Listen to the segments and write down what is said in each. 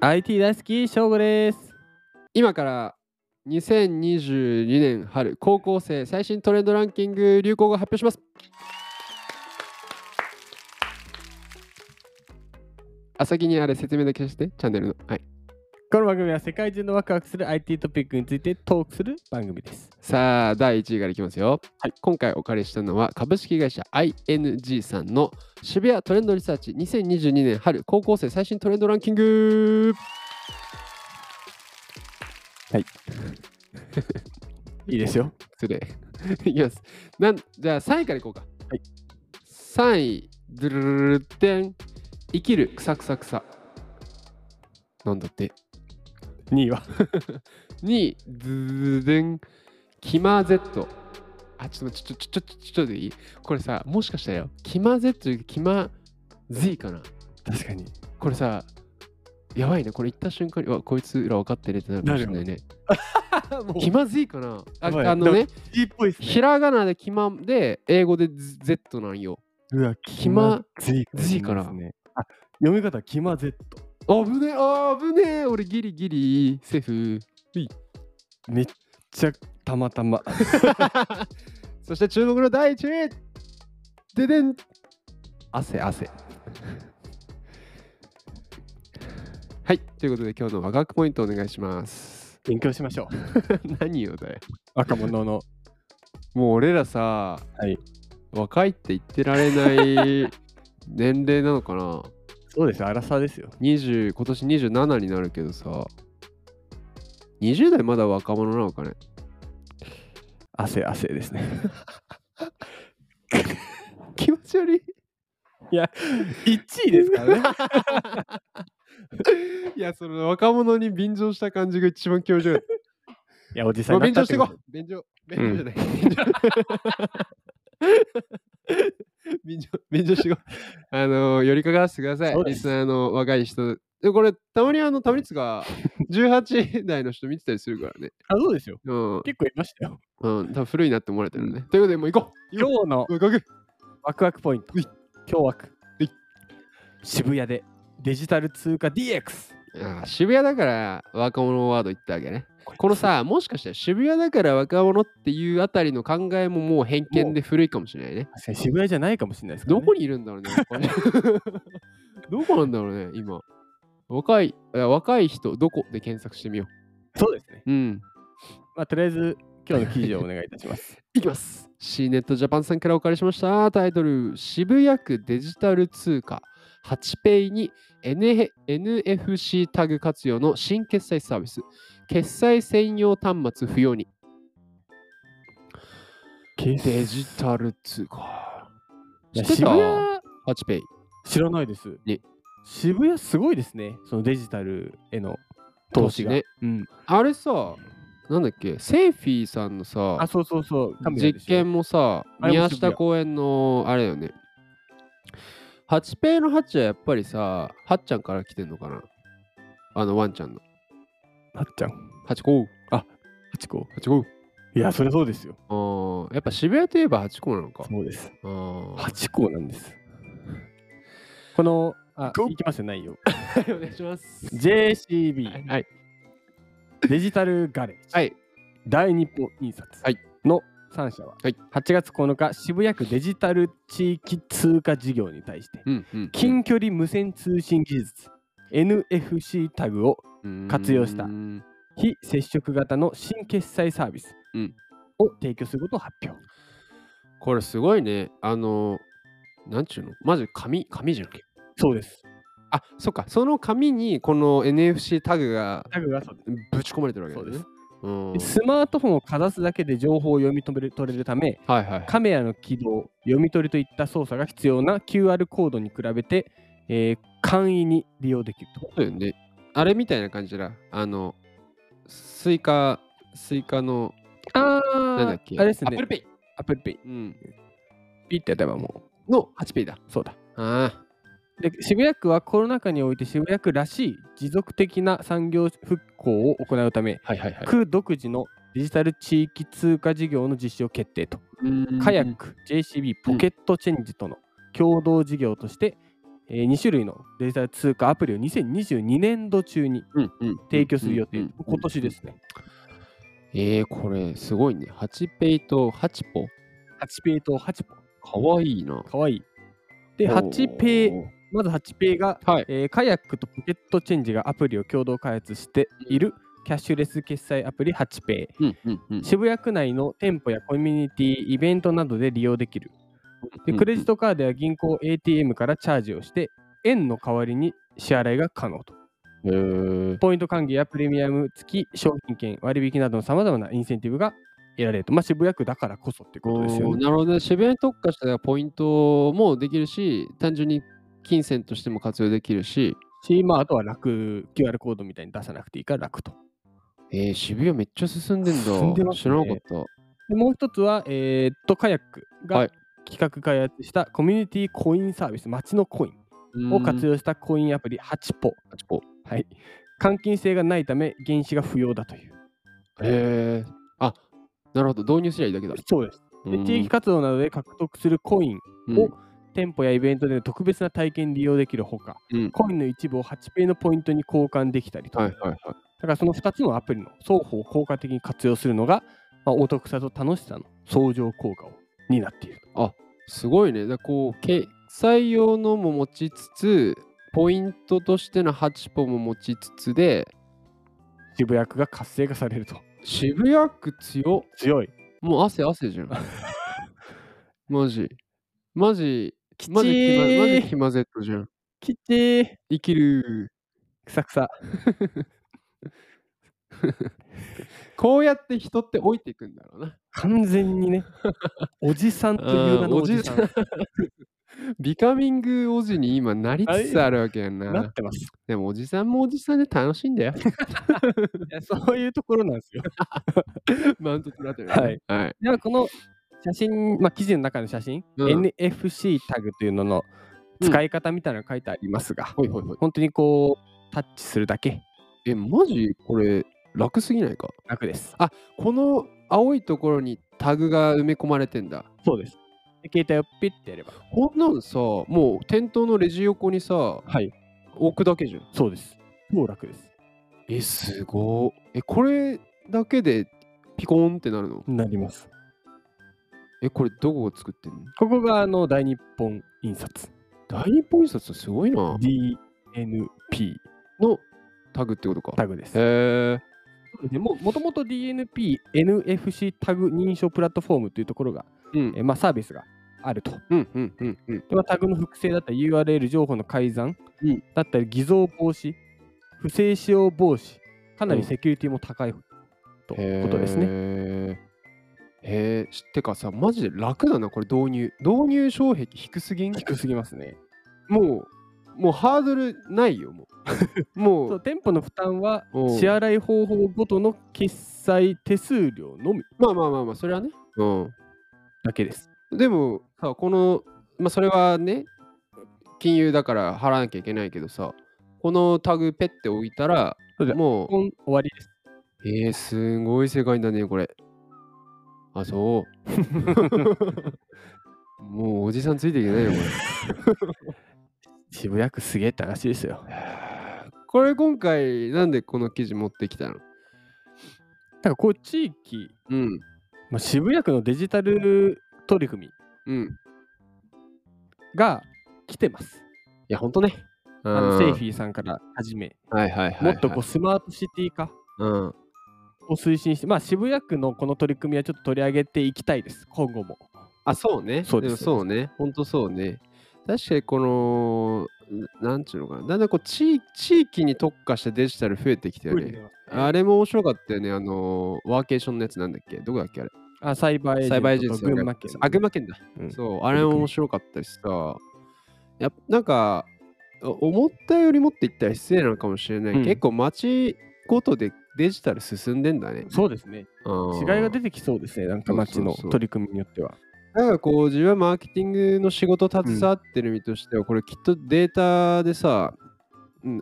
IT 大好き翔吾です今から2022年春高校生最新トレンドランキング流行語を発表しますあ先にあれ説明だけしてチャンネルのはいこの番組は世界中のワクワクする IT トピックについてトークする番組ですさあ第1位からいきますよ、はい、今回お借りしたのは株式会社 ING さんの渋谷トレンドリサーチ2022年春高校生最新トレンドランキングいいですよ失礼いきますなんじゃあ3位からいこうかはい3位ドゥルルルルテン生きる草草草なんだって2位は2位ズズデンキマ Z あちょっと待ってちょちょちょちょちょっといいこれさもしかしたらよキマ Z というかキマ Z かな確かにこれさやばいねこれ言った瞬間にうわこいつら分かってるってなるかもしれないねも気まずいかなやばいああのね G っぽいっすひらがなで気まで英語で Z なんようわ気まずいずいからですねあ読み方は気ま Z あぶねあぶねえ俺ギリギリセーフめっちゃたまたま そして注目の第一位ででん汗汗はいということで今日のワクワクポイントお願いします 勉強しましょう何よだよ若者のもう俺らさ、はい若いって言ってられない年齢なのかなそうですよ荒さですよ20今年27になるけどさ20代まだ若者なのかね 汗汗ですね気持ち悪い1位ですからね いやその若者に便乗した感じが一番気持ち悪 いいやおじさもんうにな便った乗っしてていこことう便乗便乗じゃ ない、便乗 便乗していこうあのー寄りかからせてくださそいうでリすスナーの若い人でこれたまにあのたまにつが18代の人見てたりするからねあそうですようん、うん、結構いましたよ多分古いなって思われてるね、ということでもう行こう今日の行こう行こワクワクポイントうい今日ワクうい渋谷でデジタル通貨 DX うあー渋谷だから若者ワード言ったわけねこのさもしかしたら渋谷だから若者っていうあたりの考えももう偏見で古いかもしれないね確かに渋谷じゃないかもしれないですからどねこにいるんだろうね。こ れどこなんだろうね、今。若い、あ若い人、どこで検索してみよそうですねう。うん。まあとりあえず今日の記事をお願いいたします いきます。C ネットジャパンさんからお借りしました。タイトル、渋谷区デジタル通貨、8ペイに NF NFC タグ活用の新決済サービス、決済専用端末不要に、デジタル通貨。い知やって渋た谷 ?8 ペイ。知らないですね渋谷すごいですねそのデジタルへの投資が投資ねうんあれさ、なんだっけ、セーフィーさんのさ、あそうそうそうカメラで実しょ験もさあれも宮渋下谷公園のあれだよね8ペイのハッチはやっぱりさハッちゃんから来てんのかなあのワンちゃんのあっちゃんハチ公ハチ公ハチ公いやそれそうですよあーやっぱ渋谷といえばハチ公なのかそうですあーハチ公なんですこのあどいきますよないよはいお願いします JCB はいデジタルガレージ、はい大日本印刷はいの3社は、はい8月9日渋谷区デジタル地域通貨事業に対してうんうん近距離無線通信技術 NFC タグを活用したうーん非接触型の新決済サービスうんを提供することを発表、これすごいねあのなんちゅうのまず紙紙じゃんけそうですあそっかその紙にこの NFC タグがタグがそうでぶち込まれてるわけすだそうよですね、うん、でスマートフォンをかざすだけで情報を読み取れ取れるためはいはいカメラの起動、読み取りといった操作が必要な QR コードに比べて、えー簡易に利用できると。そうよね。あれみたいな感じだ。あの、スイカ、スイカの、あなんだっけ。あれですアップねル。ペイ、アップルペイ。うん、ピッてやればもの 8P だ。う、そうだ。あで渋谷区はコロナ禍において渋谷区らしい持続的な産業復興を行うため、あ。はいはいは区独自のデジタル地域通貨事業の実施を決定と。カヤック、JCB、ポケットチェンジとの共同事業として、えー2種類のデジタル通貨アプリを2022年度中にうんうん提供する予定、うんうんうん今年ですね。えー、これすごいね。8ペイと8ポ。 8ペイと8ポ。かわいいな。かわいい。で、8ペイ、まず8ペイが、はい。えーカヤックとポケットチェンジがアプリを共同開発しているキャッシュレス決済アプリ8ペイ。うんうんうん。渋谷区内の店舗やコミュニティ、イベントなどで利用できる。でクレジット。トカードや銀行 ATM からチャージをして、円の代わりに支払いが可能と。へーポイント還元やプレミアム付き商品券、割引などのさまざまなインセンティブが得られると。まあ、渋谷区だからこそってことですよおーね。なるほどね。渋谷に特化したポイントもできるし、単純に金銭としても活用できるし、し、まあ、あとは楽、QR コードみたいに出さなくていいから楽と。えー、渋谷めっちゃ進んでんだ。進んでますね知らなかった。でもう一つは、えーっと、カヤックはがい企画開発したコミュニティコインサービス、街のコインを活用したコインアプリ8ポ。 8ポ。はい。換金性がないため、原資が不要だという。へえ。あ、なるほど。導入すりゃいいだけだ。そうです。でうん地域活動などで獲得するコイン、うんを店舗やイベントでの特別な体験利用できるほか、うんコインの一部を8ペイのポイントに交換できたりと、はいはいはい。だからその2つのアプリの双方を効果的に活用するのが、まあ、お得さと楽しさの相乗効果を担っている。すごいね。だからこう、決済用のも持ちつつ、ポイントとしての8ポも持ちつつで、渋谷区が活性化されると。渋谷区強っ強い。もう汗汗じゃん。 マジ。マジ。きマジキママジちキマゼットじゃん。きち生きる。くさくさ。こうやって人って老いていくんだろうな。完全に ね、おじさんという名のおじさんうんお ビカミングおじに今なりつつあるわけやんになっな。てます。でもおじさんもおじさんで楽しいんだよ。いやそういうところなんですよ。 マウント取られてる、はい。 はい。ではこの写真、まあ、記事の中の写真、うん NFC タグというのの使い方みたいなのが書いてありますが、ほいほいほい。本当にこうタッチするだけえ、マジこれ楽すぎないか楽です。この青いところにタグが埋め込まれてんだ。そうです。携帯をピッてやれば。こんなんさ、もう店頭のレジ横にさ、はい、置くだけじゃん。そうです。超楽です。え、すごっえ、これだけでピコーンってなるのなります。え、これどこが作ってんのここがあの大日本印刷大日本印刷すごいな。 DNP のタグってことか。タグです。へえ。でももともと DNP、NFC タグ認証プラットフォームというところが、うんえまあ、サービスがあると。うんうんうんうん。でまあタグの複製だったり URL 情報の改ざんうんだったり偽造防止、不正使用防止、かなうりんセキュリティも高いということですね。へえ。へーてかさ、マジで楽だな、これ導入。導入障壁低すぎん低すぎますね。もう、もうハードルないよ、もう。 もそうう、店舗の負担はうん支払い方法ごとの決済手数料のみまあまあまあまあ、それはね。うだけです。ん。でも、さ、この、まあそれはね、金融だから払わなきゃいけないけどさ、このタグペッて置いたらそうだ、もう、こん終わりです。えー、すごい世界だね、これ。あ、 そう。もうおじさんついていけないよ、これ。渋谷区すげえって話ですよ。 これ今回、なんでこの記事持ってきたのだからこう地域、うん。まあ、渋谷区のデジタル取り組みうん。いが来てます。や、ほんとね。ああのセイフィーさんからはじめ、はいはいはもい、っとこうスマートシティ化。う。うん。を推進して、まあ、渋谷区のこの取り組みはちょっと取り上げていきたいです、今後も。あ、そうね。そうですもそうね。ほんとそうね。確かにこの、なんちゅうのかな。だんだんこう地地域に特化したデジタル増えてきたよね。あれれも面白かったよね。あのワーケーションのやつなんだっけどこだっけあれあ、サイバーエージェントと栽培人群馬県。あ、群馬県だ。うんそう、あれも面白かったしさ。やっぱなんか、お思ったよりもって言ったら失礼なのかもしれない。うん結構街ごとでデジタル進んでんだね。そうですね。違いが出てきそうですね、なんか町のそうそうそう取り組みによっては。なんかこう、自分はマーケティングの仕事携わってる身としては、これきっとデータでさ、うん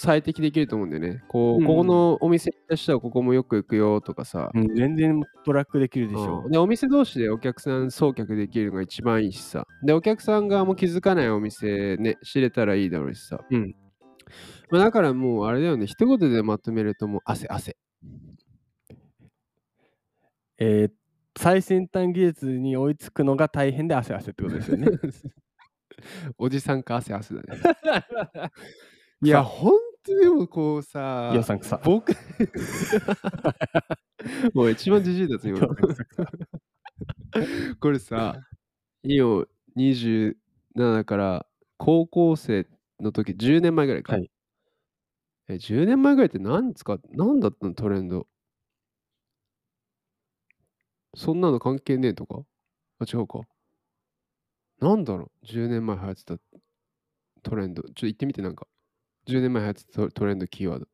最適できると思うんだよね。こう、うんここのお店行った人はここもよく行くよとかさ。うん、全然トラックできるでしょうんでお店同士でお客さん送客できるのが一番いいしさでお客さん側も気づかないお店ね知れたらいいだろうしさ、うんまあ、だからもうあれだよね一言でまとめるともう汗汗えー最先端技術に追いつくのが大変で汗汗ってことですよ ね。おじさんか汗汗だね いやほんとでもこうさ予算くさ。 僕もう一番じじいだぞ今 のこれさ、イオ27から高校生の時10年前ぐらいか。はいえ10年前ぐらいって何使っ何だったのトレンドそんなの関係ねえとかあ、違うか。なんだろう ?10 年前流行ってたトレンド。ちょっと言ってみてなんか。10年前流行ってたトトレンドキーワード。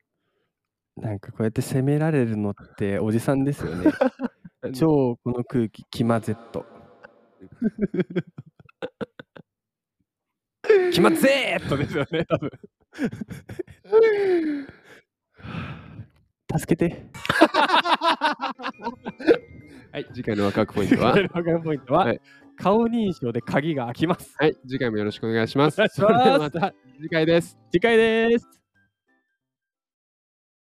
なんかこうやって責められるのっておじさんですよ ね。超この空気、キマゼット。キマゼットですよね、多 分。助けて。はい、次回のワクワクポイン トは次。回の ワクワクポイントは、はい顔認証で鍵が開きます。はい、次回もよろしくお願いします。お願いしますそれではまた次回です。次回です。